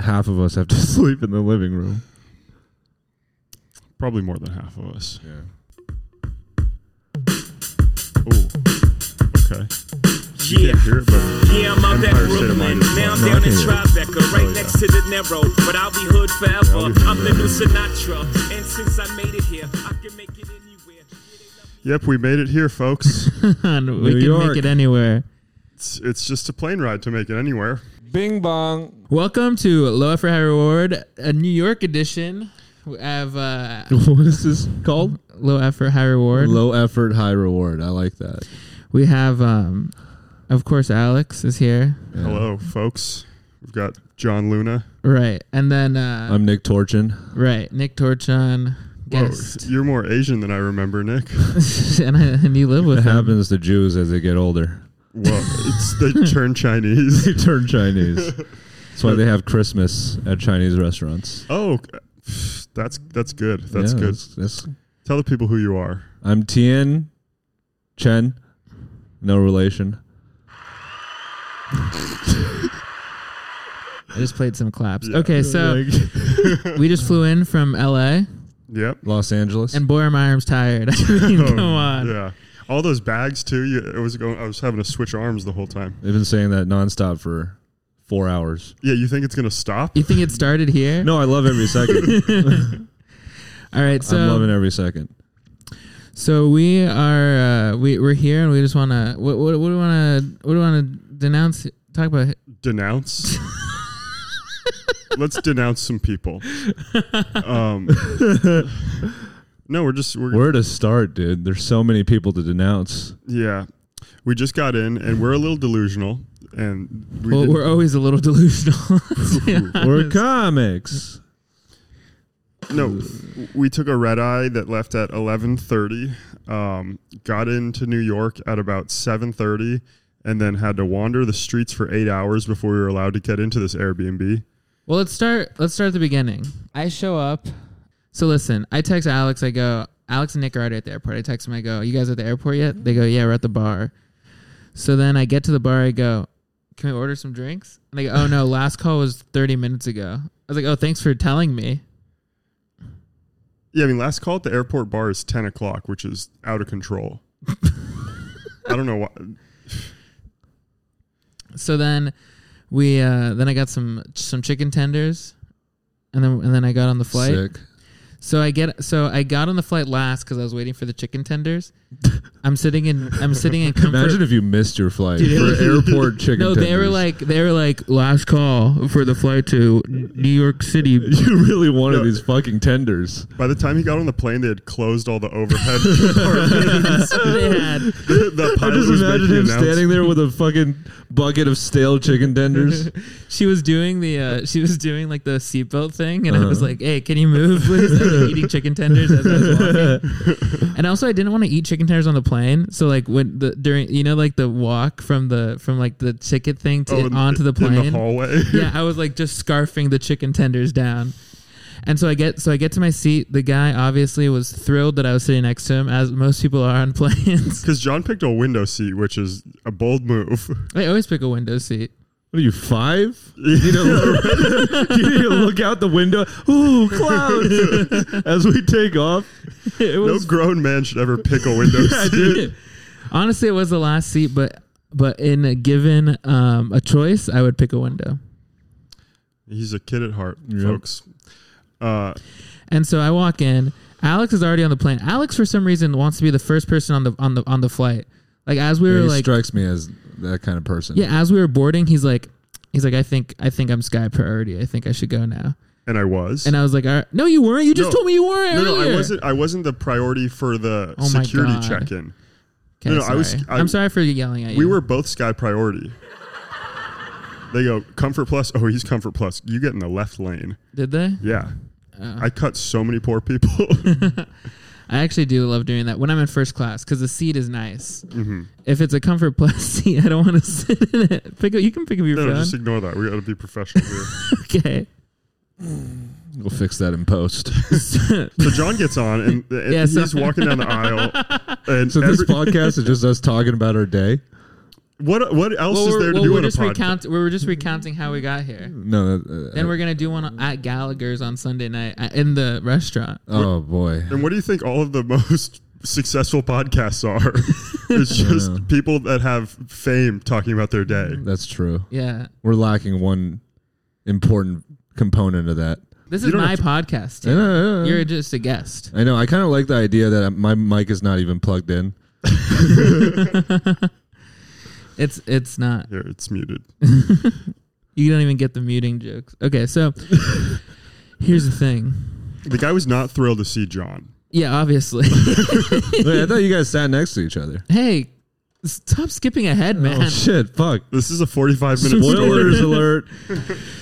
half of us have to sleep in the living room. Probably more than half of us. Yeah. Oh, okay. You Yeah. can't hear it, but Yeah, I'm out at Empire State of Brooklyn. Mind is Now I'm fun. No, down I in can hear it. Tribeca, right next to the Narrow. But I'll be hood forever. be hood I'm the new Sinatra. And since I made it here, I can make it anywhere. yep, we made it here, folks. we New can York. make it anywhere. it's, it's just a plane ride to make it anywhere. Bing bong. Welcome to Low for High Reward, a New York edition. We have uh, what is this called? Low Effort High Reward. Low effort, high reward. I like that. We have, um, of course, Alex is here. Yeah. Hello, folks. We've got John Luna. Right. And then, uh, I'm Nick Torchin. right, Nick Whoa, Torchon, guest. Oh, you're more Asian than I remember, Nick. and, I, and you live with It him. happens to Jews as they get older. Whoa, it's they turn Chinese. They turn Chinese. That's why they have Christmas at Chinese restaurants. Oh, that's that's good. That's Yeah, good. that's- that's- Tell the people who you are. I'm Tian Chen. No relation. I just played some claps. Yeah. okay, so Like, we just flew in from LA, Yep. Los Angeles. and boy, are my arms tired. I Oh, mean, come on. Yeah. All those bags too. You, it was going. I was having to switch arms the whole time. They've been saying that nonstop for four hours. Yeah. You think it's gonna stop? You think it started here? No, I love every second. All right, so I'm loving every second. So we are uh, we we're here and we just want to what, what what do we want to what do we want to denounce talk about it? Denounce. Let's denounce some people. Um, no, we're just we're Where to start, dude? There's so many people to denounce. yeah. We just got in and we're a little delusional and we well did- we're always a little delusional. We're comics. No, we took a red eye that left at eleven thirty. Um, got into New York at about seven thirty, and then had to wander the streets for eight hours before we were allowed to get into this Airbnb. well let's start let's start at the beginning. I show up. So listen, I text Alex. I go Alex and Nick are already at the airport. I text them. I go you guys at the airport yet? They go yeah we're at the bar. So then I get to the bar. I go can we order some drinks? And they go oh no last call was thirty minutes ago. I was like oh thanks for telling me. Yeah, I mean, last call at the airport bar is ten o'clock, which is out of control. I don't know why. So then we uh, then I got some some chicken tenders, and then and then I got on the flight. Sick. So I get so I got on the flight last because I was waiting for the chicken tenders. I'm sitting in I'm sitting in comfort. Imagine if you missed your flight Dude, it was- for airport chicken. no, they were tenders. like they were like last call for the flight to New York City. you really wanted No. these fucking tenders. By the time he got on the plane, they had closed all the overhead compartments. they had the I pilot just was imagine making him announcements. standing there with a fucking bucket of stale chicken tenders. she was doing the uh, she was doing like the seatbelt thing, and I was like, "Hey, can you move, please?" I was, like, eating chicken tenders as I was walking, and also I didn't want to eat chicken tenders on the plane. So like when the during you know like the walk from the from like the ticket thing to Oh, in- onto the in plane, the hallway. yeah, I was like just scarfing the chicken tenders down. And so I get so I get to my seat. The guy obviously was thrilled that I was sitting next to him, as most people are on planes. Because John picked a window seat, which is a bold move. I always pick a window seat. What are you five? You need, to look, you need to look out the window. Ooh, clouds! As we take off, It No was grown man should ever pick a window seat. Honestly, it was the last seat, but but in a given um, a choice, I would pick a window. He's a kid at heart, Yep. folks. Uh, And so I walk in. Alex is already on the plane. Alex, for some reason, wants to be the first person on the on the on the flight. Like as we were he like strikes me as that kind of person. yeah, as we were boarding, he's like he's like I think I think I'm sky priority. I think I should go now. and I was. And I was like, All right, no, you weren't. You just No. told me you weren't. no, no, I earlier." wasn't. I wasn't the priority for the Oh my security God. check-in. Okay, no, no, I was- sorry. I- I'm sorry for yelling at you. We were both sky priority. they go comfort plus. Oh, he's comfort plus. You get in the left lane. Did they? Uh, Yeah. Uh-huh. I cut so many poor people. I actually do love doing that when I'm in first class because the seat is nice. Mm-hmm. If it's a comfort plus seat, I don't want to sit in it. Pick up, you can pick up your no, no, just phone. ignore that. We got to be professional here. Okay. we'll fix that in post. so John gets on, and, and Yeah, so- he's walking down the aisle, and So this every- podcast is just us talking about our day. What what else Well, is there we're, to well, do we're in a just podcast? recount- we're just recounting how we got here. No. That, uh, Then we're gonna do Mm. one at Gallagher's on Sunday night uh, in the restaurant. Oh boy. and what do you think all of the most successful podcasts are? it's just people that have fame talking about their day. That's true. Yeah, We're lacking one important component of that. this You is don't my have to- podcast. I know. I know. You're just a guest. uh. I know. I kind of like the idea that my mic is not even plugged in. It's it's not. Here, it's muted. You don't even get the muting jokes. Okay, so here's the thing. The guy was not thrilled to see John. Yeah, obviously. Wait, I thought you guys sat next to each other. hey, stop skipping ahead, man. Oh shit! Fuck. This is a 45 minute Spoilers story. alert.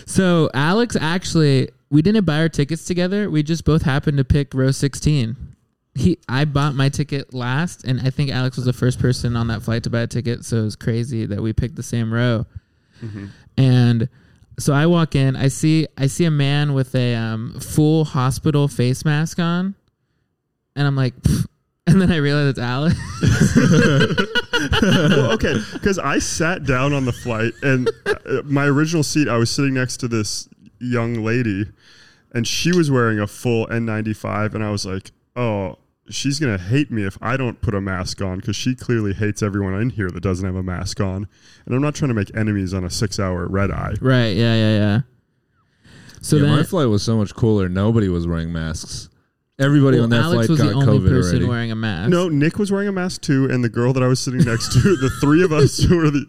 So Alex actually, we didn't buy our tickets together. We just both happened to pick row sixteen. He, I bought my ticket last, and I think Alex was the first person on that flight to buy a ticket. So it was crazy that we picked the same row. Mm-hmm. And so I walk in, I see, I see a man with a um, full hospital face mask on, and I'm like, "Pfft." and then I realize it's Alex. well, okay, because I sat down on the flight, and uh, my original seat, I was sitting next to this young lady, and she was wearing a full N95, and I was like, oh, she's gonna hate me if I don't put a mask on, because she clearly hates everyone in here that doesn't have a mask on, and I'm not trying to make enemies on a six-hour red eye. right? Yeah, yeah, yeah. So Yeah, then my flight was so much cooler. Nobody was wearing masks. Everybody well, on that flight Alex was got the only COVID person already. wearing a mask. No, Nick was wearing a mask too, and the girl that I was sitting next to, the three of us who were the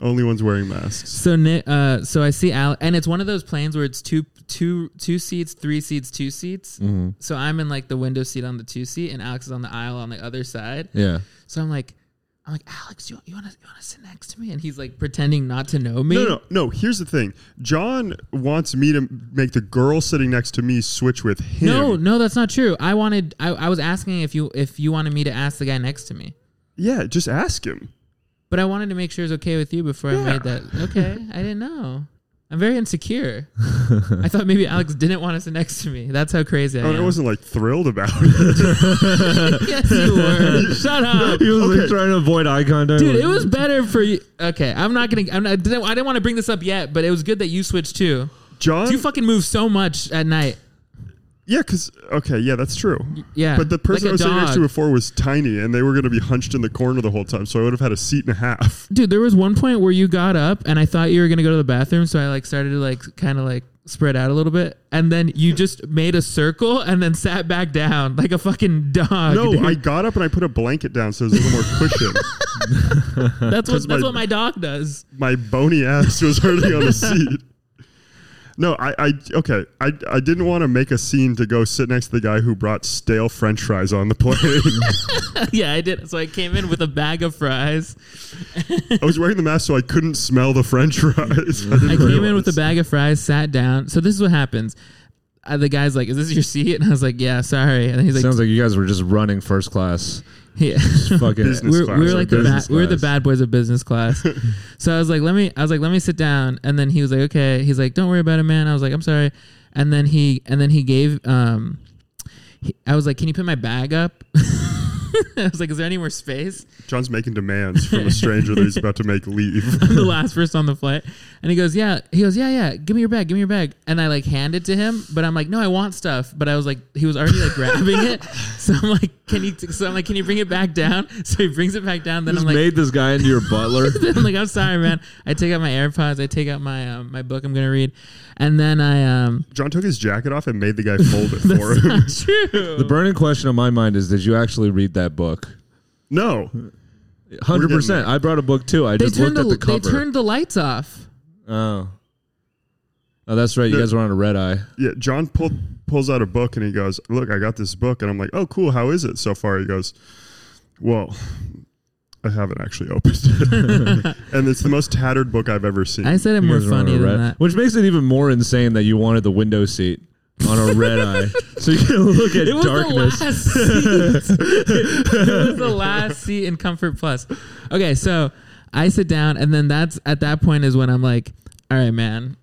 only ones wearing masks. So Ni- uh, so I see Al, and it's one of those planes where it's two two two seats, three seats, two seats. Mm-hmm. So I'm in like the window seat on the two seat, and Alex is on the aisle on the other side. yeah. So I'm like, I'm like Alex, you you want to you want to sit next to me? And he's like pretending not to know me. No, no, no. Here's the thing. John wants me to make the girl sitting next to me switch with him. No, no, that's not true. I wanted I, I was asking if you if you wanted me to ask the guy next to me. Yeah, just ask him. But I wanted to make sure it's okay with you before I made that. Okay, I didn't know. I'm very insecure. I thought maybe Alex didn't want to sit next to me. That's how crazy I I, mean, am. I wasn't like thrilled about it. yes, you were. Shut up. was like trying to avoid eye contact. Dude, it was better for you. Okay, I'm not gonna. I'm not, I didn't, I didn't want to bring this up yet, but it was good that you switched too. John, You fucking move so much at night. yeah, because okay, yeah, that's true. yeah, but the person like a I was sitting next to dog. before was tiny, and they were going to be hunched in the corner the whole time, so I would have had a seat and a half. Dude, there was one point where you got up, and I thought you were gonna go to the bathroom, so I like started to like kind of like spread out a little bit, and then you just made a circle and then sat back down like a fucking dog. No, dude. I got up and I put a blanket down so there's a little more cushion. that's what 'cause that's my- what my dog does. My bony ass was hurting on the seat. No, I, I okay. I, I didn't want to make a scene to go sit next to the guy who brought stale French fries on the plane. yeah, I did. So I came in with a bag of fries. I was wearing the mask so I couldn't smell the French fries. I, didn't I came in with a realize. bag of fries, sat down. So this is what happens. Uh, the guy's like, "Is this your seat?" And I was like, "Yeah, sorry." And then he's like, Sounds like you guys were just running first class. "Yeah." Fucking Business we're, class we're or like the ba- business we're the class. bad boys of business class. so I was like, "Let me." I was like, "Let me sit down." And then he was like, "Okay." He's like, "Don't worry about it, man." I was like, "I'm sorry." And then he and then he gave. Um, he, I was like, "Can you put my bag up?" I was like, "Is there any more space?" John's making demands from a stranger that he's about to make leave. I'm the last person on the flight. And he goes, Yeah. He goes, Yeah, yeah, give me your bag, give me your bag. And I like hand it to him, but I'm like, No, I want stuff. But I was like, he was already like grabbing it. So I'm like, Can you t-? so I'm like, Can you bring it back down? So he brings it back down. Then I'm Just like made this guy into your butler. I'm like, I'm sorry, man. I take out my AirPods, I take out my um, my book I'm gonna read. And then I um John took his jacket off and made the guy fold it for him. true. the burning question on my mind is: Did you actually read that book? No. Hundred percent. there. I brought a book too. I They just looked turned the, at the they cover. turned the lights off. oh. Oh, that's right. You The- guys were on a red eye. Yeah, John pulled, pulls out a book and he goes, Look, I got this book. And I'm like, Oh, cool. How is it so far? He goes, Well, I haven't actually opened it. and it's the most tattered book I've ever seen. I said it You more guys were on funny a than red- that. Which makes it even more insane that you wanted the window seat on a red eye, so you can look at It was darkness. the last seat. it was the last seat in Comfort Plus. Okay, so I sit down, and then that's at that point is when I'm like, all right, man.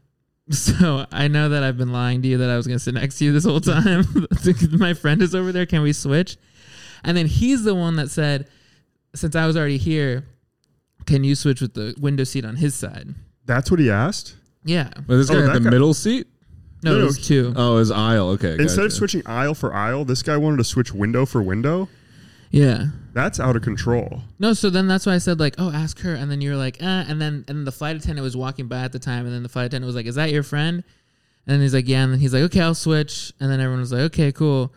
So I know that I've been lying to you that I was gonna sit next to you this whole time. My friend is over there. Can we switch? And then he's the one that said, since I was already here, can you switch with the window seat on his side? That's what he asked. Yeah. Was this Oh, guy that at the guy- middle seat? No, No, Uh, it no, was two. Oh, his aisle. Okay. Instead of gotcha. switching aisle for aisle, this guy wanted to switch window for window. yeah. That's out of control. No, so then that's why I said like, oh, ask her, and then you were like, eh. and then and the flight attendant was walking by at the time, and then the flight attendant was like, is that your friend? And then he's like, yeah, and then he's like, okay, I'll switch, and then everyone was like, okay, cool,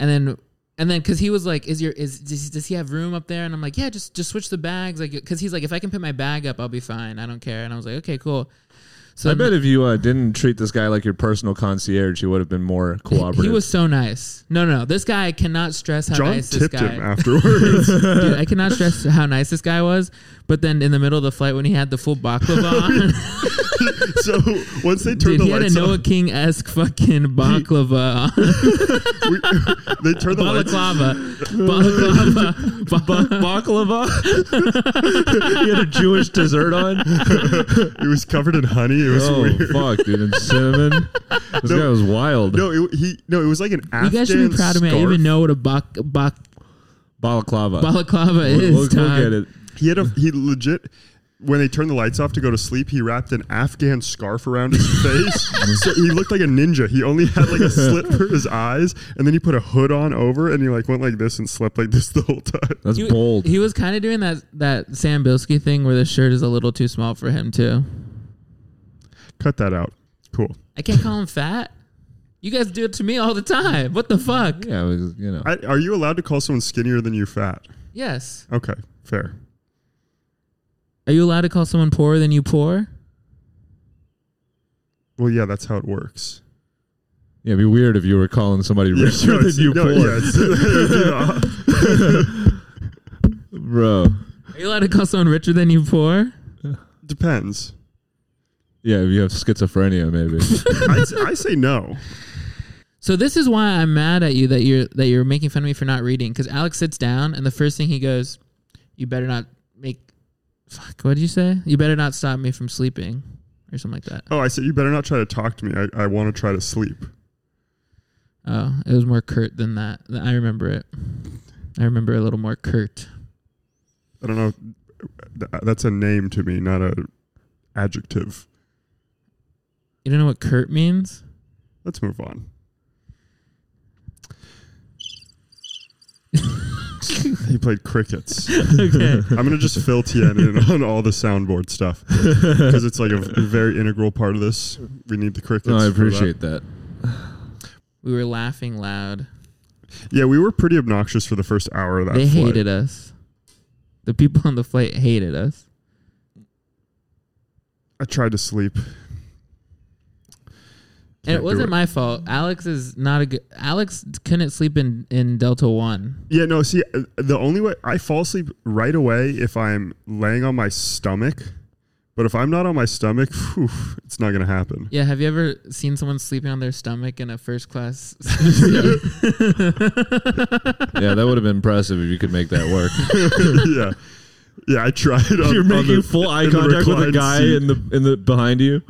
and then and then because he was like, is your is does, does he have room up there? And I'm like, yeah, just just switch the bags, like because he's like, if I can put my bag up, I'll be fine, I don't care, and I was like, okay, cool. So I then bet if you uh, didn't treat this guy like your personal concierge, you would have been more cooperative. he was so nice. No, no, no, this guy I cannot stress how John nice this tipped guy. him afterwards. Dude, I cannot stress how nice this guy was. But then in the middle of the flight, when he had the full baklava on, so once they turned dude, the he had a lights Noah on, King esque fucking baklava, on. we, they turned the lights. balaclava, baklava, ba- baklava. he had a Jewish dessert on. It was covered in honey. It was Oh weird. fuck, dude! And cinnamon. This No. guy was wild. No, it, he no, it was like an You Afghan guys should be proud of me. I scarf. even know what a bak, bak, Balaclava. balaclava We'll- is. we'll, we'll Todd. get it. He had a he legit when they turned the lights off to go to sleep, he wrapped an Afghan scarf around his face. so he looked like a ninja. He only had like a slit for his eyes, and then he put a hood on over and he like went like this and slept like this the whole time. That's He- bold. He was kind of doing that that Sam Bilski thing where the shirt is a little too small for him too. Cut that out. Cool. I can't call him fat. You guys do it to me all the time. What the fuck? yeah, it was, you know. I, are you allowed to call someone skinnier than you fat? Yes. Okay, fair. Are you allowed to call someone poorer than you poor? Well, yeah, that's how it works. yeah, it'd be weird if you were calling somebody richer No, than it's- you no, poor, yeah, it's- yeah. bro. Are you allowed to call someone richer than you poor? Depends. Yeah, if you have schizophrenia, maybe. I, s- I say no. So this is why I'm mad at you that you're that you're making fun of me for not reading. Because Alex sits down and the first thing he goes, "You better not make, fuck, what did you say? You better not stop me from sleeping, or something like that." Oh, I said you better not try to talk to me. I, I want to try to sleep. Oh, it was more curt than that. I remember it. I remember it a little more curt. I don't know. Th- That's a name to me, not a adjective. You don't know what curt means? Let's move on. he played crickets. okay. I'm gonna just fill Tien in on all the soundboard stuff because it's like a very integral part of this. We need the crickets. no, I for that. appreciate that. We were laughing loud. Yeah, we were pretty obnoxious for the first hour of that. they flight. hated us. The people on the flight hated us. I tried to sleep. And Can't it do wasn't it. my fault. Alex is not a good. Alex couldn't sleep in in Delta One. Yeah, no. See, uh, the only way I fall asleep right away if I'm laying on my stomach, but if I'm not on my stomach, phew, it's not gonna happen. Yeah, have you ever seen someone sleeping on their stomach in a first class? Yeah, that would have been impressive if you could make that work. yeah, yeah. I tried. On, You're on making the- full eye in the contact with a reclined guy seat. in the in the behind you.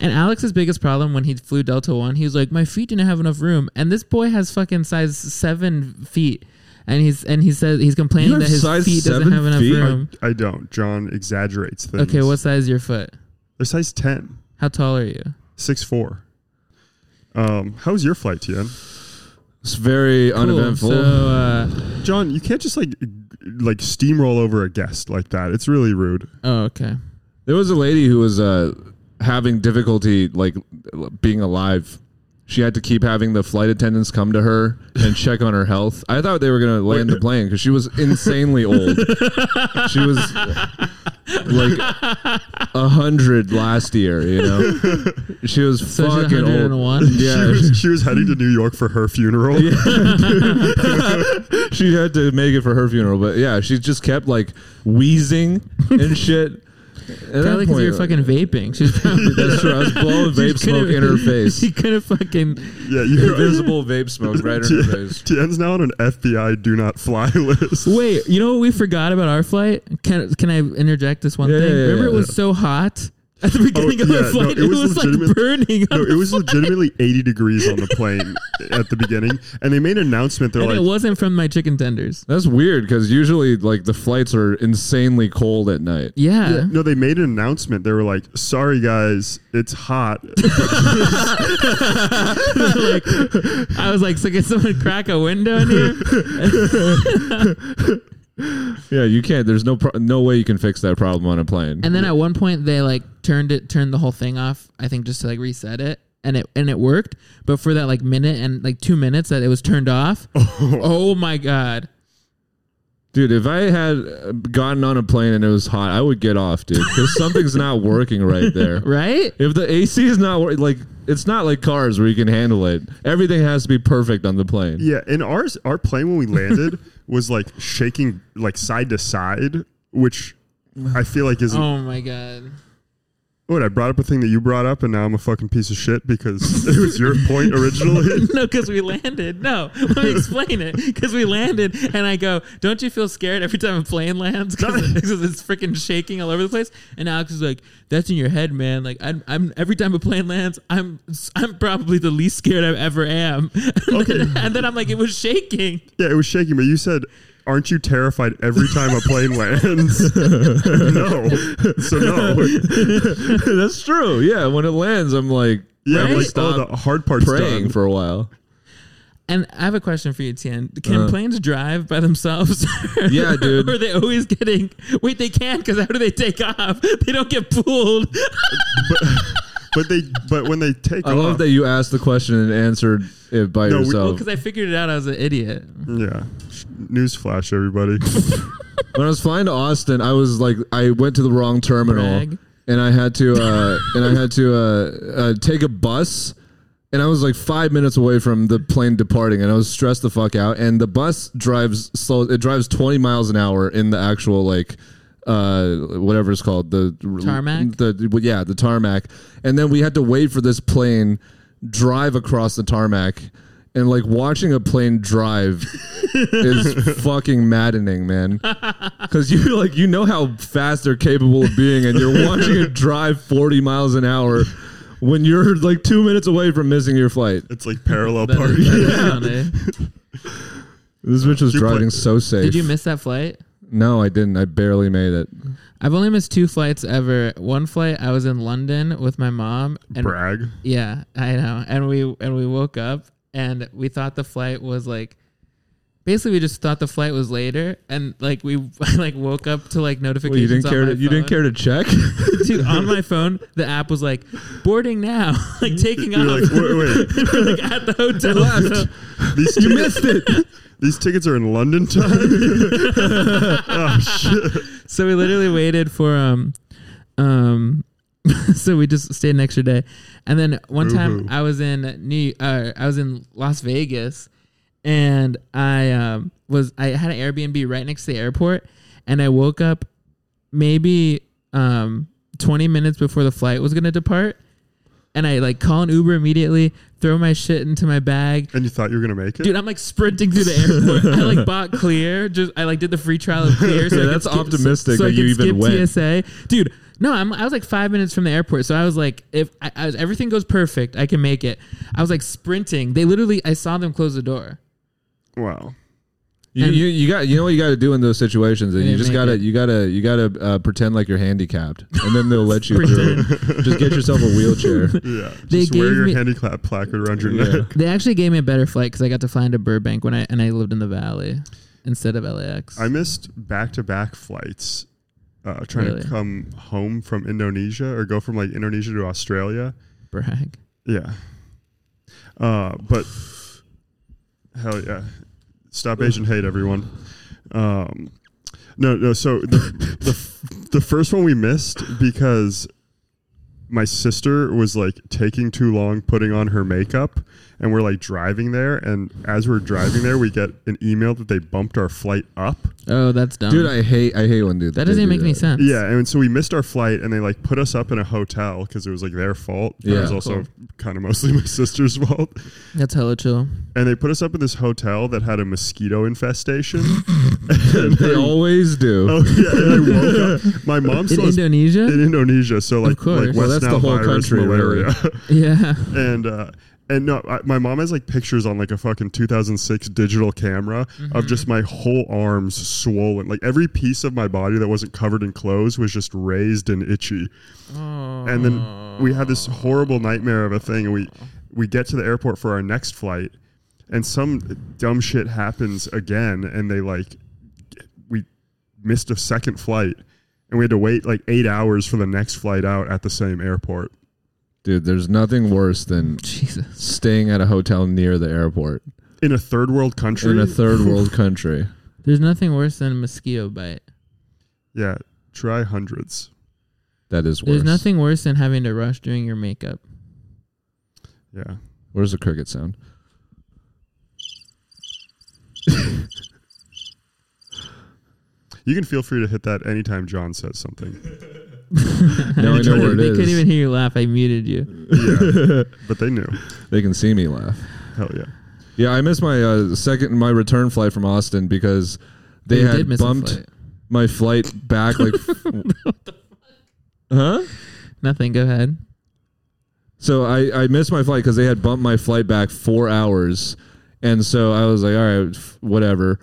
and Alex's biggest problem when he flew Delta One, he was like, "My feet didn't have enough room," and this boy has fucking size seven feet, and he's and he says he's You complaining have that his size feet doesn't seven have enough feet? room. I don't. John exaggerates things. Okay, what size is your foot? They're size 10, How tall are you? 6'4. Um, how was your flight, Tien? It's very uneventful. Cool. So uh, John, you can't just like like steamroll over a guest like that. It's really rude. oh okay. There was a lady who was uh, having difficulty like being alive. She had to keep having the flight attendants come to her and check on her health. I thought they were gonna land the plane because she was insanely old. she was like a hundred last year. You know, she was So she's fucking old. 101? Yeah, She was, she was heading to New York for her funeral. she had to make it for her funeral, but yeah, she just kept like wheezing and shit. At uh, Probably because you were fucking vaping. She's probably That's true. I was blowing she vape smoke could've- in her face. She could have fucking. Yeah, you're Invisible vape smoke right in her face. Tien's now on an FBI do not fly list. Wait, you know what we forgot about our flight? Can can I interject this one Yeah, thing? yeah, yeah, Remember, it yeah. was so hot At the beginning of yeah, the no, flight, it it was was, like legitimate- burning. No, it was legitimately 80 degrees on the plane at the beginning, and they made an announcement. They're and like, it wasn't from my chicken tenders. That's weird because usually like the flights are insanely cold at night. Yeah. No, they made an announcement. They were like, "Sorry guys, it's hot." like, I was like, so can someone crack a window in here? Yeah, you can't. There's no pro- no way you can fix that problem on a plane. And then at one point they like turned it turned the whole thing off, I think just to like reset it. And it and it worked. But for that like minute and like two minutes that it was turned off, oh, my god. dude, if I had uh, gotten on a plane and it was hot, I would get off, dude, because something's not working right there. Right? If the AC is not working, like it's not like cars where you can handle it. Everything has to be perfect on the plane. yeah, and ours, our plane when we landed was like shaking like side to side, which I feel like isn't. Oh my god. What I brought up a thing that you brought up, and now I'm a fucking piece of shit because it was your point originally. No, because we landed. No, let me explain it. Because we landed, and I go, "Don't you feel scared every time a plane lands because it's freaking shaking all over the place?" And Alex is like, "That's in your head, man. Like, I'm, I'm every time a plane lands, I'm, I'm probably the least scared I ever am." And Okay. Then, and then I'm like, "It was shaking." yeah, it was shaking, but you said. Aren't you terrified every time a plane lands? no. So no. That's true. Yeah, when it lands, I'm like, Yeah, I'm I'm like, like, oh, stop the hard part's praying done. for a while. And I have a question for you, Tian. Can Uh. planes drive by themselves? Yeah, dude. or are they always getting? Wait, they can because how do they take off? They don't get pulled. but they, but when they take I off, love that you asked the question and answered it by No, we- yourself. Because I figured it out. I was an idiot. yeah. Newsflash, everybody. when I was flying to Austin, I was like, I went to the wrong terminal, Brag. and I had to, uh, and I had to uh, uh, take a bus, and I was like five minutes away from the plane departing, and I was stressed the fuck out. And the bus drives slow; it drives twenty miles an hour in the actual like. Uh, whatever it's called, the Tarmac? The well, yeah, the tarmac, and then we had to wait for this plane drive across the tarmac, and like watching a plane drive is fucking maddening, man. Because you like you know how fast they're capable of being, and you're watching it drive 40 miles an hour when you're like two minutes away from missing your flight. It's like parallel That parking. is- that is funny. This bitch was Your plane- driving so safe. Did you miss that flight? no, I didn't. I barely made it. I've only missed two flights ever. One flight I was in London with my mom and Brag. yeah, I know. And we and we woke up and we thought the flight was like basically we just thought the flight was later and like we like woke up to like Well, you notifications didn't on care. my To, you didn't phone. care to check. Dude, on my phone the app was like boarding now like taking You're off like, wait, wait. We're, like, at the hotel Left. These you missed it. These tickets are in London time. So we literally waited for um um so we just stayed an extra day. And then one time Boo-hoo. I was in New uh, I was in Las Vegas and I um was I had an Airbnb right next to the airport and I woke up maybe um 20 minutes before the flight was going to depart and I like call an Uber immediately, throw my shit into my bag, And you thought you were gonna make it? Dude, I'm like sprinting through the airport. I like bought clear. Just I like did the free trial of clear. So Yeah, I could that's skip- so- optimistic so I that you could even skip went. TSA, dude. No, I'm, I was like five minutes from the airport, so I was like, if I, I was, everything goes perfect, I can make it. I was like sprinting. They literally, I saw them close the door. wow. You, And- you, you got you know what you got to do in those situations, and I you didn't just make gotta it. you gotta you gotta uh, pretend like you're handicapped, and then they'll let you through. Just get yourself a wheelchair. Yeah. They Just wear gave your me- handicap placard around your Yeah. neck. They actually gave me a better flight because I got to fly into Burbank when I and I lived in the Valley instead of LAX. I missed back to back flights. Uh, trying Really? to come home from Indonesia or go from like Indonesia to Australia. brag. Yeah. Uh, but hell yeah. Stop Asian hate, everyone. Um, no, no. So the, the, f- the first one we missed because my sister was like taking too long putting on her makeup and we're like driving there. And as we're driving there, we get an email that they bumped our flight up. Oh, that's dumb. Dude, I hate I hate when dude. that doesn't even make any sense. Yeah, and so we missed our flight, and they like put us up in a hotel because it was like their fault. Yeah, it Yeah, was also cool. kind of mostly my sister's fault. that's hella chill. and they put us up in this hotel that had a mosquito infestation they always do. Oh yeah, and I woke up. My mom In still has- Indonesia? in Indonesia, so like, like course. West Well, that's the Nile whole virus, country, malaria, yeah. and uh, and no, I, my mom has like pictures on like a fucking 2006 digital camera of just my whole arms swollen, like every piece of my body that wasn't covered in clothes was just raised and itchy. And then we had this horrible nightmare of a thing, and we we get to the airport for our next flight, and some dumb shit happens again, and they like we missed a second flight. And we had to wait like eight hours for the next flight out at the same airport. Dude, there's nothing worse than Jesus. staying at a hotel near the airport in a third world country. in a third world country. There's nothing worse than a mosquito bite. yeah, try hundreds. That is worse. There's nothing worse than having to rush doing your makeup. Yeah, Where's the cricket sound? you can feel free to hit that anytime John says something. Now I know where it they couldn't is. even hear you laugh. I muted you. Yeah, but they knew. They can see me laugh. Hell yeah. Yeah, I missed my uh, second my return flight from Austin because they You had did miss a bumped flight. my flight back like Huh? Nothing. Go ahead. So I, I missed my flight because they had bumped my flight back four hours. And so I was like, all right, f- whatever.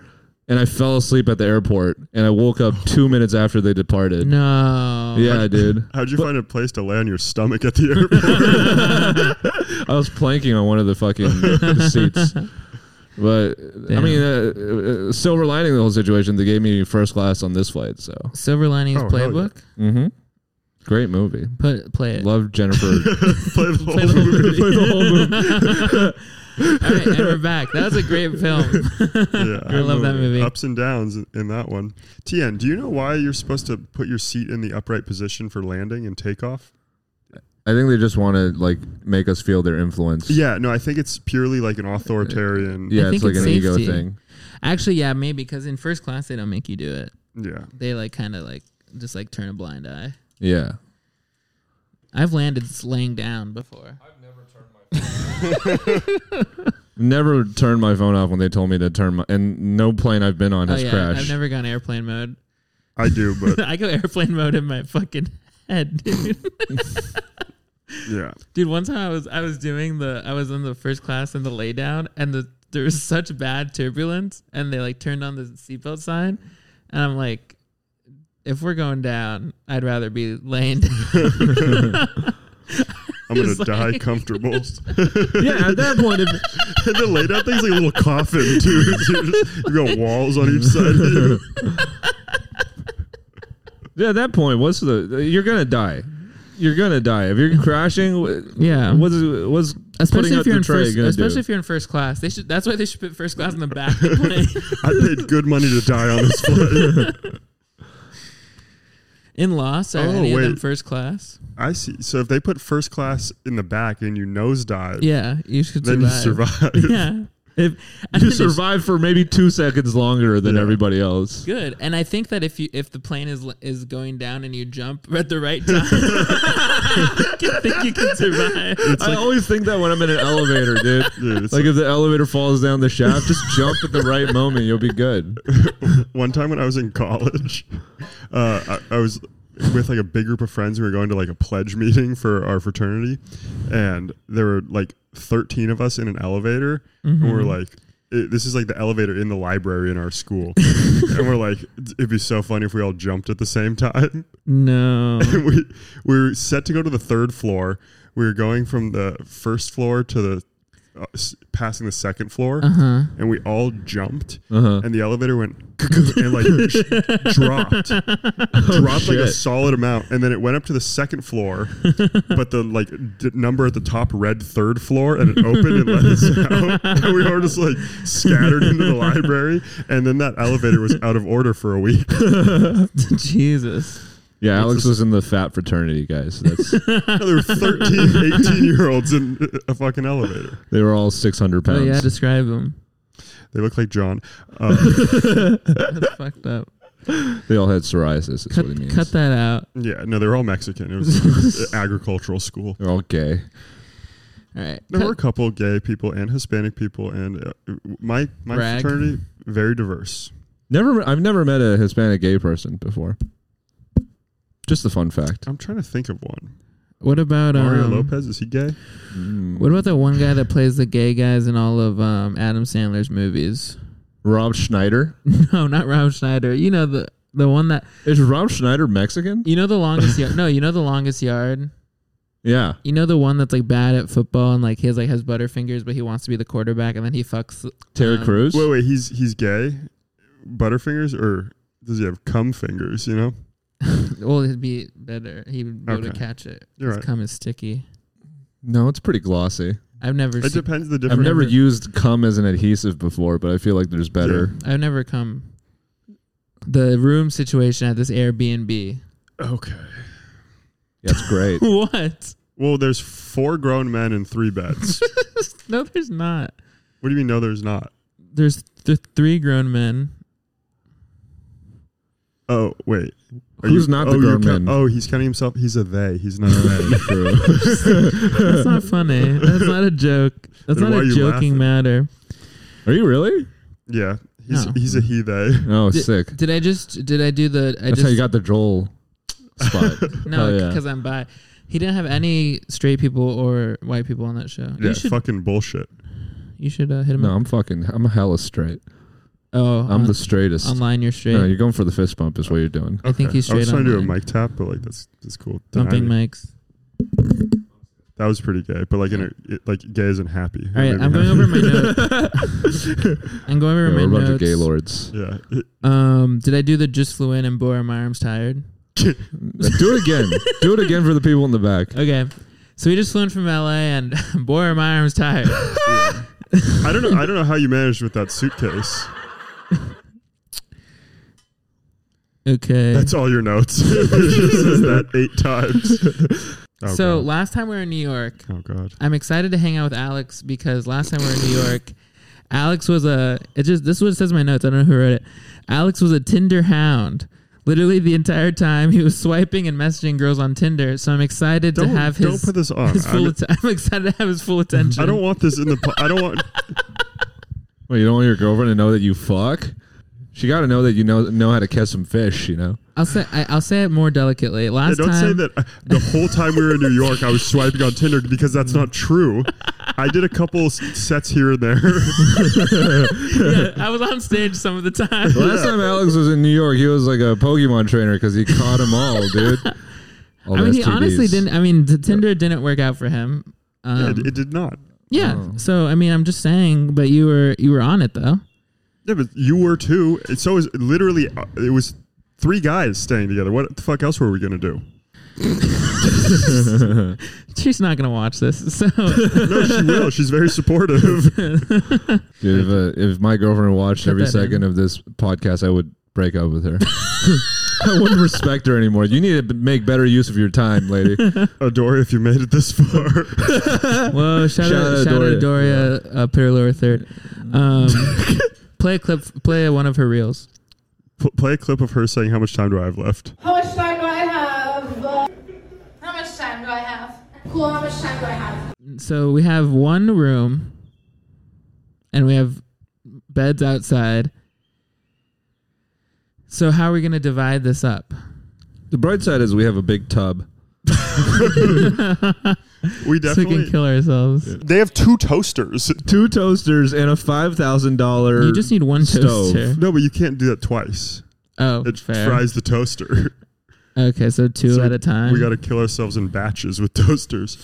And I fell asleep at the airport and I woke up two minutes after they departed. No. Yeah, dude. How'd you find a place to lay on your stomach at the airport? I was planking on one of the fucking seats. But I Damn. mean, uh, uh, silver lining the whole situation, they gave me first class on this flight. So Silver Linings Oh, hell yeah. Playbook. mm-hmm. great movie. Put play it. Love Jennifer. Play the whole Play the whole movie. movie. All right, and we're back. That was a great film. Yeah. I love that movie. Ups and downs in- in that one. Tien, do you know why you're supposed to put your seat in the upright position for landing and takeoff? I think they just want to like make us feel their influence. Yeah, no, I think it's purely like an authoritarian. yeah, think it's like it's an ego safety. thing. Actually, yeah, maybe because in first class they don't make you do it. Yeah. They like kind of like just like turn a blind eye. Yeah. I've landed s- laying down before. Never turned my phone off when they told me to turn my and no plane I've been on Oh has yeah, crashed. I've never gone airplane mode. I do, but I go airplane mode in my fucking head, dude. yeah. Dude, one time I was I was doing the I was in the first class in the laydown and the there was such bad turbulence and they like turned on the seatbelt sign and I'm like if we're going down, I'd rather be laying down. I'm going It's to like- die comfortable. yeah, at that point, if, and the laid out thing's like a little coffin, too. You just- you got walls on each side of you. yeah, at that point, what's the? You're gonna die. You're gonna die if you're crashing. w- Yeah. what's what's Especially putting if up you're the in tray first, gonna especially do? if you're in first class. They should that's why they should put first class in the back of the plane. I paid good money to die on this flight. in Lost, are Oh, any of them wait. first class? I see. So if they put first class in the back and you nosedive, Yeah, you should then you survive. Yeah. If, I you think they survive for maybe two seconds longer than Yeah. everybody else. Good, and I think that if you if the plane is is going down and you jump at the right time, I think you can survive. I always think that when I'm in an elevator, dude. Dude, it's Like if the elevator falls down the shaft, just jump at the right moment, you'll be good. one time when I was in college, uh, I, I was with like a big group of friends. We were going to like a pledge meeting for our fraternity, and there were like 13 of us in an elevator, and we're like. i this is like the elevator in the library in our school, and we're like, it'd be so funny if we all jumped at the same time. No, we we were set to go to the third floor. We were going from the first floor to the uh, s- passing the second floor, and we all jumped, and the elevator went and like sh- dropped, dropped like a shit. solid amount, and then it went up to the second floor, but the like d- number at the top read third floor, and it opened and let us out, and we were just like scattered into the library, and then that elevator was out of order for a week. Jesus, Yeah, Alex was in the fat fraternity, guys. That's there were 13, 18 year olds in a fucking elevator. they were all six hundred oh, yeah, pounds. describe them. They look like John. Uh, That's fucked up. They all had psoriasis. Is Cut, what he means. cut that out. yeah, no, they're all Mexican. It was an agricultural school. They're all gay. All right, There were a cut, couple gay people and Hispanic people, and uh, my my Rag. fraternity very diverse. Never, I've never met a Hispanic gay person before. Just a fun fact. I'm trying to think of one. What about Mario um, Lopez is he gay? What about that one guy that plays the gay guys in all of um, Adam Sandler's movies? Rob Schneider No, not Rob Schneider. You know the the one that is Rob Schneider Mexican? you know the longest yard. No, you know the longest yard. Yeah, You know the one that's like bad at football and like he has like has butterfingers, but he wants to be the quarterback, and then he fucks. Terry um, Crews. Wait, wait, he's he's gay. Butterfingers or does he have cum fingers? You know, Well, it'd be better. He would be able to Okay. catch it. You're His right. cum is sticky. No, it's pretty glossy. I've never. it seen, depends the I've different. never Remember- used cum as an adhesive before, but I feel like there's better. I've never come. The room situation at this Airbnb. Okay. That's great. What? Well, there's four grown men and three beds. No, there's not. what do you mean? No, there's not. There's th- three grown men. Oh wait, Who's not the oh, you're grown count- men? Oh, he's counting himself. He's a they. He's not a they. True. That's not funny. That's not a joke. That's Then not why are a you laughing? joking matter. Are you really? yeah, he's No. he's a he they. Oh, Di- sick. Did I just? Did I do the? I That's just how you got the Joel spot. no, Oh, yeah. because I'm bi. He didn't have any straight people or white people on that show. Yeah, you should. fucking bullshit. You should uh, hit him no, up. I'm fucking. I'm hella straight. Oh, I'm on- the straightest. online. You're straight. No, you're going for the fist bump. Is what you're doing. I think he's I was straight trying to do a online. mic tap, but like that's that's cool. Denied Dumping it. mics. That was pretty gay, but like in a, it, like gay isn't happy. All right, I'm going over my notes. I'm going Yeah, over we're a my bunch of notes. gay lords. Yeah, Um, did I do the just flew in and bore my arms tired? Do it again. Do it again for the people in the back. Okay, so we just flew in from LA and bore my arms tired. I don't know. I don't know how you managed with that suitcase. Okay, That's all your notes. It just says that eight times. Oh, so God. last time we were in New York, oh god, I'm excited to hang out with Alex because last time we were in New York, Alex was a it just this is what it says in my notes. I don't know who wrote it. Alex was a Tinder hound. Literally the entire time he was swiping and messaging girls on Tinder. So I'm excited don't to have his, don't put this on. his I'm- full. atten- I'm excited to have his full attention. I don't want this in the. po- I don't want. Well, you don't want your girlfriend to know that you fuck. She got to know that you know know how to catch some fish. You know. I'll say I, I'll say it more delicately. Yeah, Last don't time, say that. uh, The whole time we were in New York, I was swiping on Tinder because that's not true. I did a couple s- sets here and there. I was on stage some of the time. Last time Alex was in New York, he was like a Pokemon trainer because he caught them all, dude. All I the mean, he STDs. honestly didn't. I mean, the Tinder didn't work out for him. Um, it, it did not. yeah. Oh. So I mean, I'm just saying. But you were you were on it though. Yeah, but you were too. And So is literally uh, it was three guys staying together. What the fuck else were we gonna do? She's not gonna watch this. So No, she will. She's very supportive. Dude, if, uh, if my girlfriend watched Cut every that in. second of this podcast, I would break up with her. I wouldn't respect her anymore. You need to b- make better use of your time, lady. Adore if you made it this far. whoa! Shout, Shout out, out shout Doria. out Doria uh, Pirilor third. Um, play a clip. Play one of her reels. P- play a clip of her saying, "How much time do I have left?" How much time do I have? Uh, How much time do I have? Cool, how much time do I have? So we have one room, and we have beds outside. So how are we gonna divide this up? The bright side is we have a big tub. We So we definitely. can kill ourselves. they have two toasters. Two toasters and a $5,000. You just need one stove. toaster. No, but you can't do that twice. Oh, It fair. fries the toaster. Okay, so two So at a time. We got to kill ourselves in batches with toasters.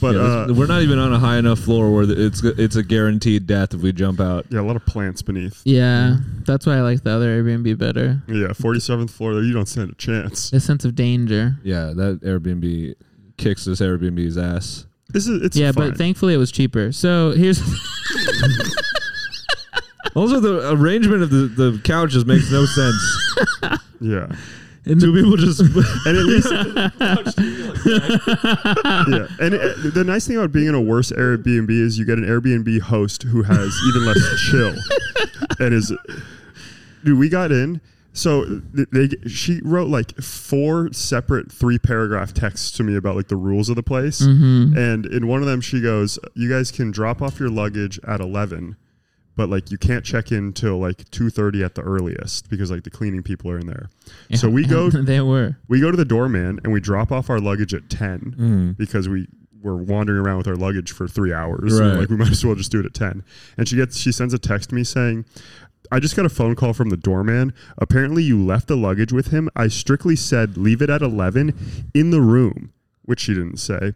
But Yeah, uh, this- we're not even on a high enough floor where the- it's it's a guaranteed death if we jump out. yeah, a lot of plants beneath. yeah, Mm. that's why I like the other Airbnb better. Yeah, forty seventh floor. There, you don't stand a chance. The sense of danger. Yeah, that Airbnb kicks this Airbnb's ass. This is it's yeah, fine. but thankfully it was cheaper. So here's Also, the arrangement of the, the couches makes no sense. yeah, Two people just and at least yeah. And uh, the nice thing about being in a worse Airbnb is you get an Airbnb host who has even less chill, and is dude. We got in. So th- they she wrote like four separate three paragraph texts to me about like the rules of the place, and in one of them she goes, "You guys can drop off your luggage at eleven, but like you can't check in till like two thirty at the earliest because like the cleaning people are in there. So we go they were. we go to the doorman and we drop off our luggage at 10 Hmm. because we were wandering around with our luggage for three hours. And we're Right. like we might as well just do it at 10. And she gets, she sends a text to me saying, I just got a phone call from the doorman. Apparently you left the luggage with him. I strictly said, leave it at 11 in the room, which she didn't say.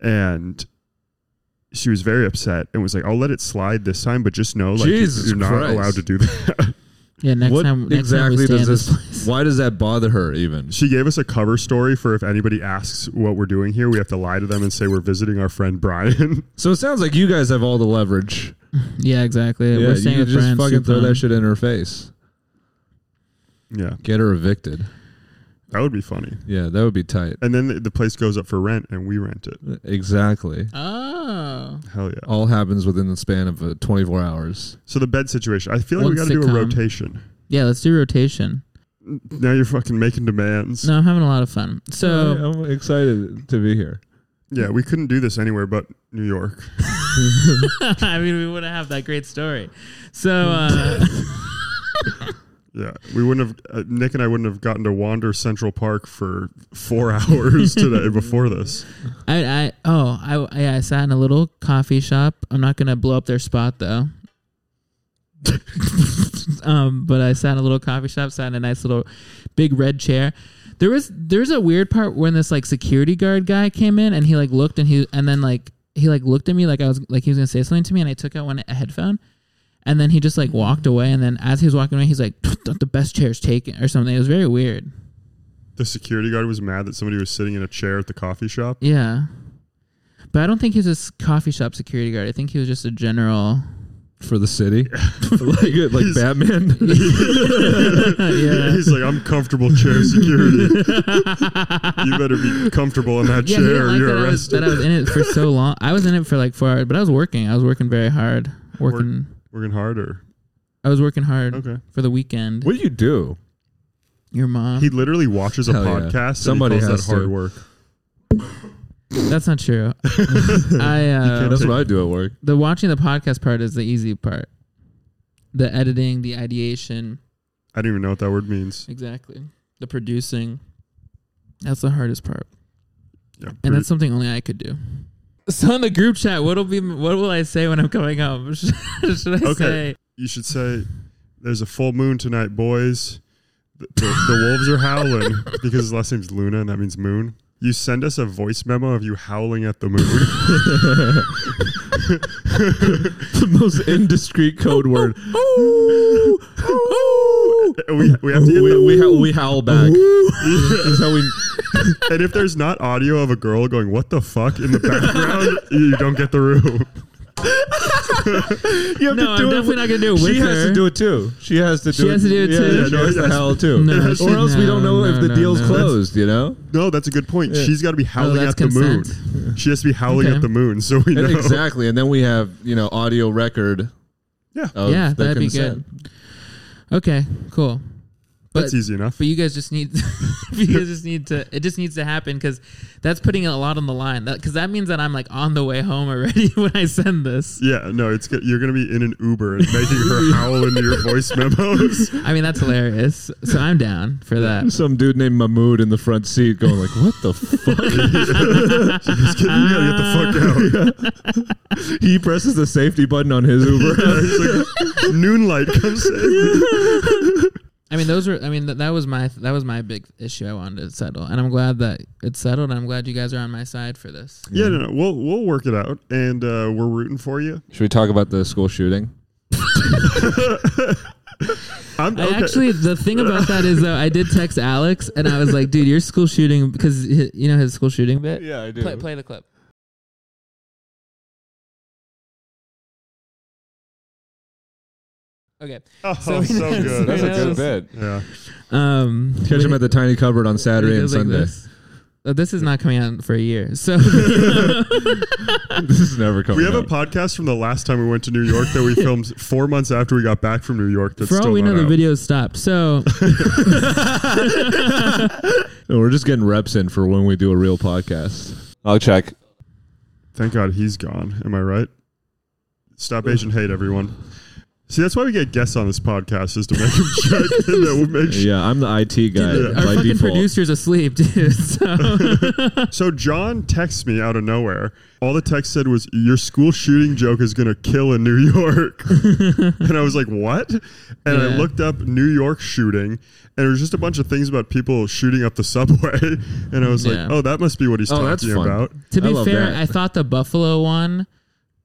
And she was very upset and was like, I'll let it slide this time, but just know like you- Jesus you're not Christ. allowed to do that. Yeah, next what time. Next exactly time we does stay in this? Why does that bother her even? She gave us a cover story for if anybody asks what we're doing here, we have to lie to them and say we're visiting our friend Brian. So it sounds like you guys have all the leverage. Yeah, exactly. Yeah, we're you staying could with just friends. fucking throw Supron. that shit in her face. yeah, Get her evicted. that would be funny. Yeah, that would be tight. And then the, the place goes up for rent and we rent it. Exactly. Oh, Hell yeah. All happens within the span of uh, 24 hours. So the bed situation, I feel like One we got to do a sitcom. rotation. yeah. Let's do rotation. Now you're fucking making demands. No, I'm having a lot of fun. So I'm excited to be here. Yeah, we couldn't do this anywhere but New York. I mean, we wouldn't have that great story. So uh, Yeah, we wouldn't have, uh, Nick and I wouldn't have gotten to wander Central Park for four hours today before this. I, I, oh, I, yeah, I sat in a little coffee shop. I'm not gonna blow up their spot though. um, but I sat in a little coffee shop, sat in a nice little big red chair. There was there's a weird part when this like security guard guy came in and he like looked and he and then like he like looked at me like I was like he was gonna say something to me and I took out one a headphone and then he just like walked away and then as he was walking away he's like the best chair's taken or something. It was very weird. The security guard was mad that somebody was sitting in a chair at the coffee shop. Yeah. But I don't think he was a s- coffee shop security guard. I think he was just a general. For the city? like like Batman? yeah. He's like, I'm comfortable chair security. you better be comfortable in that Yeah, he chair. didn't like that You're I, was, arrested. that I was in it for so long. I was in it for like four hours, but I was working. I was working very hard. Working. Working harder. I was working hard Okay. for the weekend. what do you do? Your mom. He literally watches a Hell yeah. podcast. and he Somebody calls has that hard to. work. That's not true. I uh, That's what I do at work. the watching the podcast part is the easy part. The editing, the ideation, I don't even know what that word means. exactly. The producing. That's the hardest part. Yeah, and pretty- that's something only I could do. So in the group chat, what'll be what will I say when I'm coming home? Should I Okay. say you should say, "There's a full moon tonight, boys. The, the, the wolves are howling because his last name's Luna, and that means moon." You send us a voice memo of you howling at the moon. the most indiscreet code word. we, we have to get we, the- we, howl, we howl back. That's how we. and if there's not audio of a girl going "What the fuck" in the background, you don't get the room. You have No, I'm definitely not gonna do it She with has to her. do it too. She has to do She has to do it yeah, too? Yeah, Yeah, she no, has it to has- howl too. No, or she- else we no, don't know if no, the no, deal's no. closed, you know? No, that's a good point. She's got to be howling that's at the consent. moon. She has to be howling Okay. at the moon, so we know. And Exactly. And then we have, you know, audio record. Yeah. of Yeah, the that'd be consent. okay? Okay, cool. That's easy enough. But you guys just need you guys just need to it just needs to happen because that's putting a lot on the line. That because that means that I'm like on the way home already when I send this. Yeah, no, it's good. You're gonna be in an Uber and making her howl into your voice memos. I mean that's hilarious. So I'm down for that. Some dude named Mahmood in the front seat going like, what the fuck? Just kidding, you gotta get the fuck out. he presses the safety button on his Ah. Uber. It's like, Noonlight comes in. I mean those were I mean th- that was my that was my big issue I wanted to settle, and I'm glad that it's settled. And I'm glad you guys are on my side for this. Yeah, no, no, we'll we'll work it out, and uh, we're rooting for you. Should we talk about the school shooting? I'm I okay. actually, the thing about that is though, I did text Alex and I was like, "Dude, your school shooting because hi- you know his school shooting bit." Yeah, I do. Play, play the clip. Okay. oh, so- so, good. That's a Who good knows? bit. yeah, Um, Catch him at the tiny cupboard on Saturday and goes like Sunday. this. Oh, this is not coming out for a year, so this is never coming. we have a out. podcast from the last time we went to New York that we filmed four months after we got back from New York. That's for still all we not know, the out. video stopped. So No, We're just getting reps in for when we do a real podcast. I'll check. Thank God he's gone. Am I right? Stop Asian hate, everyone. See, that's why we get guests on this podcast is to make them check and that will make sure. Yeah, I'm the IT guy Dude, our by fucking default. producer's asleep, dude. So So John texts me out of nowhere. All the text said was, "Your school shooting joke is gonna kill in New York," and I was like, "What?" And I Yeah. looked up New York shooting, and it was just a bunch of things about people shooting up the subway, and I was Yeah. like, "Oh, that must be what he's Oh, that's talking fun. about." to I be love fair, that. I thought the Buffalo one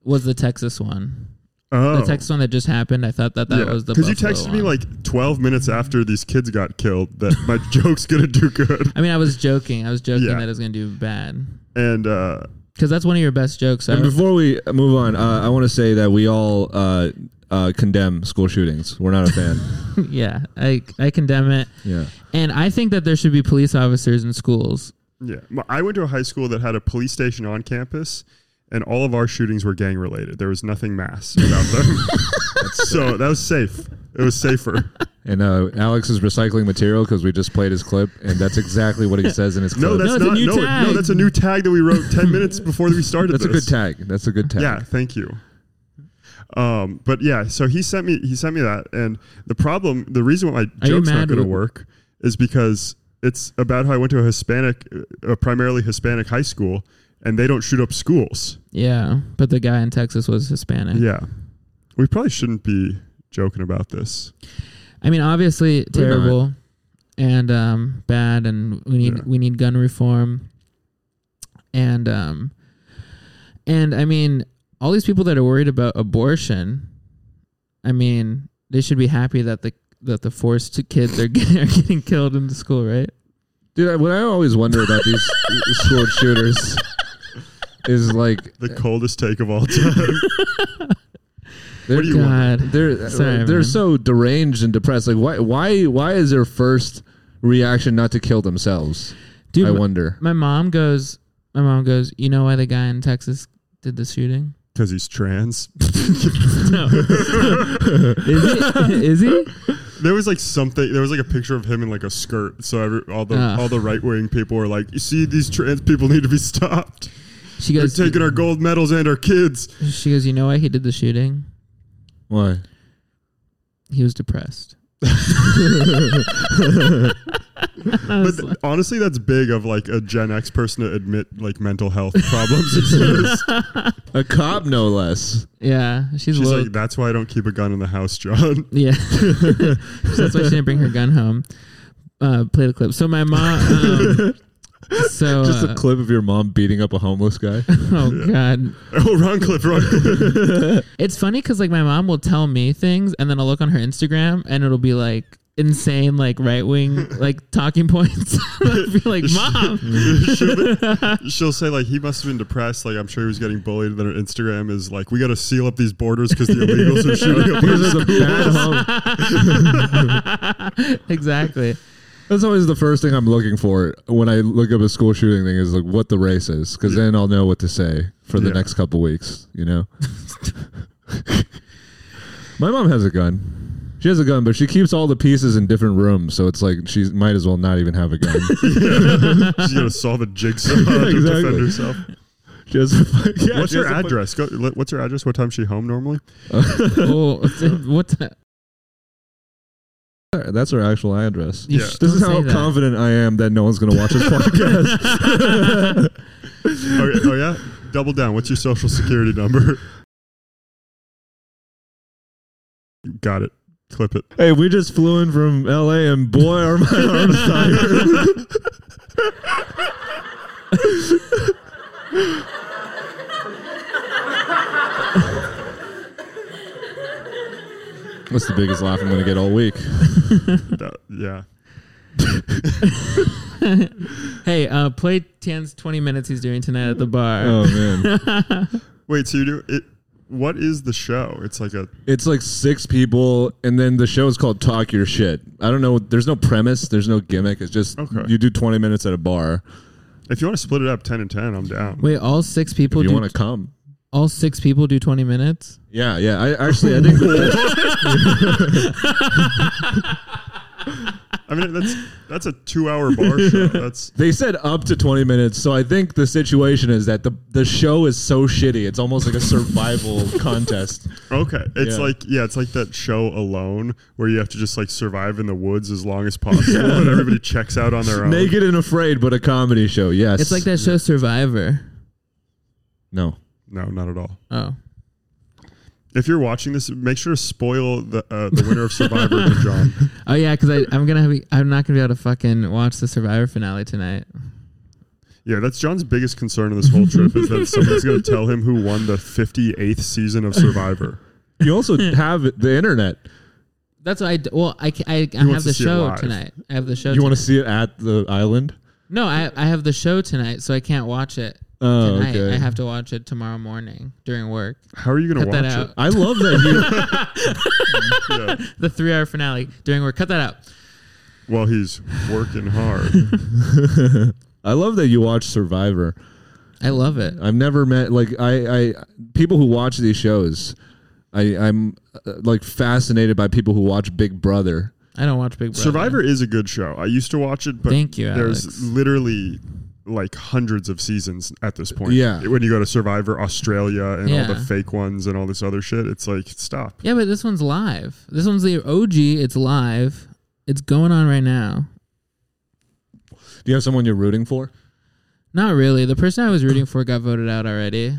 was the Texas one. Oh, The Texas one that just happened. I thought that that was the you Buffalo texted me one. like 12 minutes after these kids got killed that my joke's gonna do good, I mean, I was joking. I was joking Yeah. that it was gonna do bad and uh, because that's one of your best jokes. And ever. before we move on, uh, I want to say that we all uh, uh, condemn school shootings. We're not a fan. yeah, I I condemn it, yeah. and I think that there should be police officers in schools. Yeah. M- I went to a high school that had a police station on campus, and all of our shootings were gang related. There was nothing mass about them. so that was safe. It was safer. And uh, Alex is recycling material because we just played his clip, and that's exactly what he says in his clip. No, that's it's a not. new No, no, tag. that's a new tag that we wrote 10 minutes before we started That's a this. good tag. That's a good tag. Yeah, thank you. Um, but yeah, so he sent me he sent me that, and the problem, the reason why my Are you joke's not mad going to with- work is because it's about how I went to a Hispanic, a primarily Hispanic high school, and they don't shoot up schools. Yeah, but the guy in Texas was Hispanic. Yeah. We probably shouldn't be joking about this. I mean, obviously We're not. terrible and um, bad, and we need Yeah. we need gun reform. And um, and I mean, all these people that are worried about abortion, I mean, they should be happy that the that the forced kids are getting, are getting killed in the school, right? Dude, I- what I always wonder about these school shooters is like The coldest take of all time. they're, do you want? God, they're uh, Sorry, they're man. so deranged and depressed. Like why why why is their first reaction not to kill themselves? dude, I my- wonder. my mom goes. My mom goes. You know why the guy in Texas did the shooting? Because he's trans. Is he? There was like something, there was like a picture of him in like a skirt. So every, all the Ah. all the right wing people were like, you see, these trans people need to be stopped. She They're goes. taking our gold medals and our kids. She goes. You know why he did the shooting? Why? He was depressed. But th- honestly, that's big of like a Gen X person to admit like mental health problems exist. A cop, no less. Yeah, she's, She's woke. like, that's why I don't keep a gun in the house, John. yeah, So that's why she didn't bring her gun home. Uh, play the clip. So my mom. Um, so Just a uh, clip of your mom beating up a homeless guy. oh god, Oh, wrong clip, wrong clip. it's funny because like my mom will tell me things, and then I'll look on her Instagram, and it'll be like insane, like right wing, like talking points. I'll be like, mom, She'll say like he must have been depressed. Like I'm sure he was getting bullied. And then her Instagram is like, we got to seal up these borders because the illegals are shooting up. our Those are the bad hom- exactly. That's always the first thing I'm looking for when I look up a school shooting thing is like what the race is, because then I'll know what to say for the Yeah. next couple weeks. You know. My mom has a gun. She has a gun, but she keeps all the pieces in different rooms, so it's like she might as well not even have a gun. She's gonna solve a jigsaw to defend Exactly. herself. she has a, yeah, what's she her has a- address? Go, le- what's her address? What time's she home normally? Oh, what? The, That's her actual address. you Yeah. should This is don't how say that. confident I am that no one's going to watch this podcast. Oh, yeah- oh yeah, double down. What's your social security number? got it. Clip it. hey, we just flew in from LA and boy, are my arms tired. That's the biggest laugh I'm going to get all week. That- yeah. Hey, uh, play Tan's 20 minutes he's doing tonight at the bar. Oh, man. Wait. So you do it. What is the show? It's like a It's like six people, and then the show is called Talk Your Shit. I don't know. There's no premise, there's no gimmick. It's just Okay. you do 20 minutes at a bar. if you want to split it up ten and ten, I'm down. Wait, all six people if do you want to come. all six people do 20 minutes? Yeah, yeah. I actually, I think I mean, that's that's a two-hour bar show. That's They said up to 20 minutes, so I think the situation is that the the show is so shitty. It's almost like a survival contest. okay. It's Yeah. like yeah, it's like that show Alone, where you have to just like survive in the woods as long as possible, and everybody checks out on their own. Naked and afraid, but a comedy show. Yes. It's like that show Survivor. No. No, not at all. Oh. If you're watching this, make sure to spoil the uh, the winner of Survivor to John. Oh yeah, because I'm gonna have I'm not gonna be able to fucking watch the Survivor finale tonight. Yeah, that's John's biggest concern of this whole trip is that someone's going to tell him who won the 58th season of Survivor. You also have the internet. That's why I d- well I, ca- I, I wants have to the see it show live. tonight. I have the show. You want to see it at the island? No, I I have the show tonight, so I can't watch it Oh, tonight. okay. I have to watch it tomorrow morning during work. How are you going to Cut that watch out. it? I love that you. Yeah, The three hour finale during work. Cut that out. while he's working hard. I love that you watch Survivor. I love it. I've never met like I, I people who watch these shows. I, I'm uh, like fascinated by people who watch Big Brother. I don't watch Big Brother. Survivor is a good show. I used to watch it, but Thank you, there's Alex. literally like hundreds of seasons at this point. Yeah. When you go to Survivor Australia and all the Yeah. fake ones and all this other shit, it's like, stop. Yeah, but this one's live. This one's the OG. It's live. It's going on right now. Do you have someone you're rooting for? Not really. The person I was rooting for got voted out already.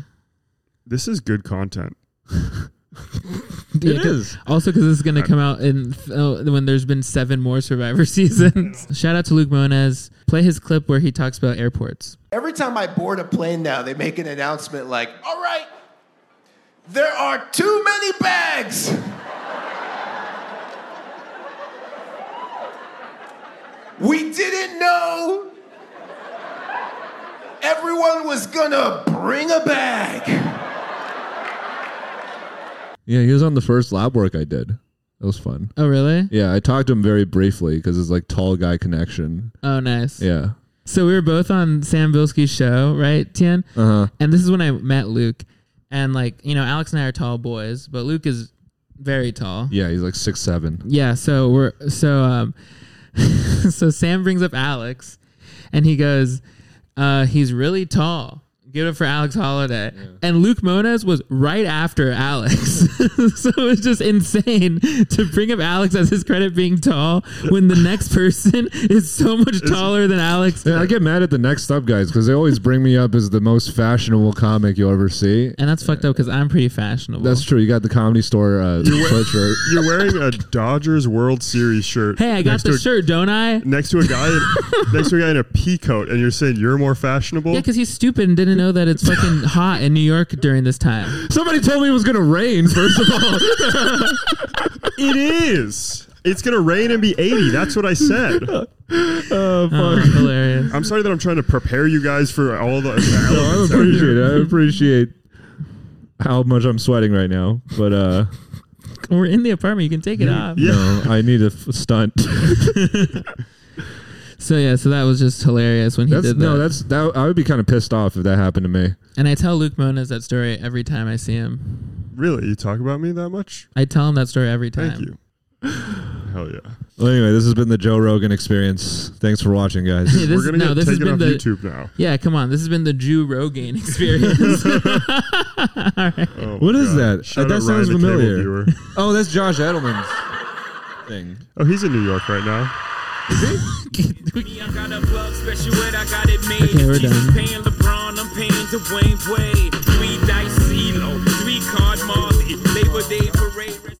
This is good content. Yeah, 'cause- Also, because this is going to come out in oh, when there's been seven more Survivor seasons. Shout out to Luke Mones. Play his clip where he talks about airports. Every time I board a plane now, they make an announcement like, all right, there are too many bags. we didn't know everyone was gonna bring a bag. Yeah, he was on the first lab work I did. That was fun. Oh, really? Yeah, I talked to him very briefly because it's like tall guy connection. Oh, nice. Yeah. So we were both on Sam Bilski's show, right, Tian? Uh huh. And this is when I met Luke. And, like, you know, Alex and I are tall boys, but Luke is very tall. Yeah, he's like six seven. Yeah, so we're so um so Sam brings up Alex and he goes, uh, he's really tall. Give it up for Alex Holiday. And Luke Mones was right after Alex. so it's just insane to bring up Alex as his credit being tall when the next person is so much taller than Alex. Yeah, I get mad at the next up guys because they always bring me up as the most fashionable comic you'll ever see. And that's fucked up because I'm pretty fashionable. That's true. You got the comedy store uh, sweatshirt. You're wearing a Dodgers World Series shirt. hey, I got next to the a- shirt, don't I? Next to a guy, in, next to a guy in a pea coat, and you're saying you're more fashionable. Yeah, because he's stupid and didn't know that it's fucking hot in New York during this time. Somebody told me it was gonna rain. First of all, It is. It's gonna rain and be 80. That's what I said. Oh, hilarious. I'm sorry that I'm trying to prepare you guys for all the. I elements out appreciate here. it. I appreciate how much I'm sweating right now, but uh, We're in the apartment. You can take it off. Yeah. no, I need a f- stunt. So yeah, so that was just hilarious when he That's, did that. no, that's that. I would be kind of pissed off if that happened to me. and I tell Luke Moniz that story every time I see him. Really, you talk about me that much? I tell him that story every time. Thank you. Hell yeah. Well, anyway, this has been the Joe Rogan experience. Thanks for watching, guys. Hey, this, We're gonna no, get this has taken been off the YouTube now. yeah. Come on, this has been the Jew Rogaine experience. Oh What my is that? Shout That out sounds Ryan, the cable familiar. viewer. oh, that's Josh Edelman's thing. Oh, he's in New York right now. Me, I got a plug special, what I got it made. Okay, we're Jesus done. paying LeBron, I'm paying Dwayne Wade. Three dice CeeLo, three card Marley. Labor Day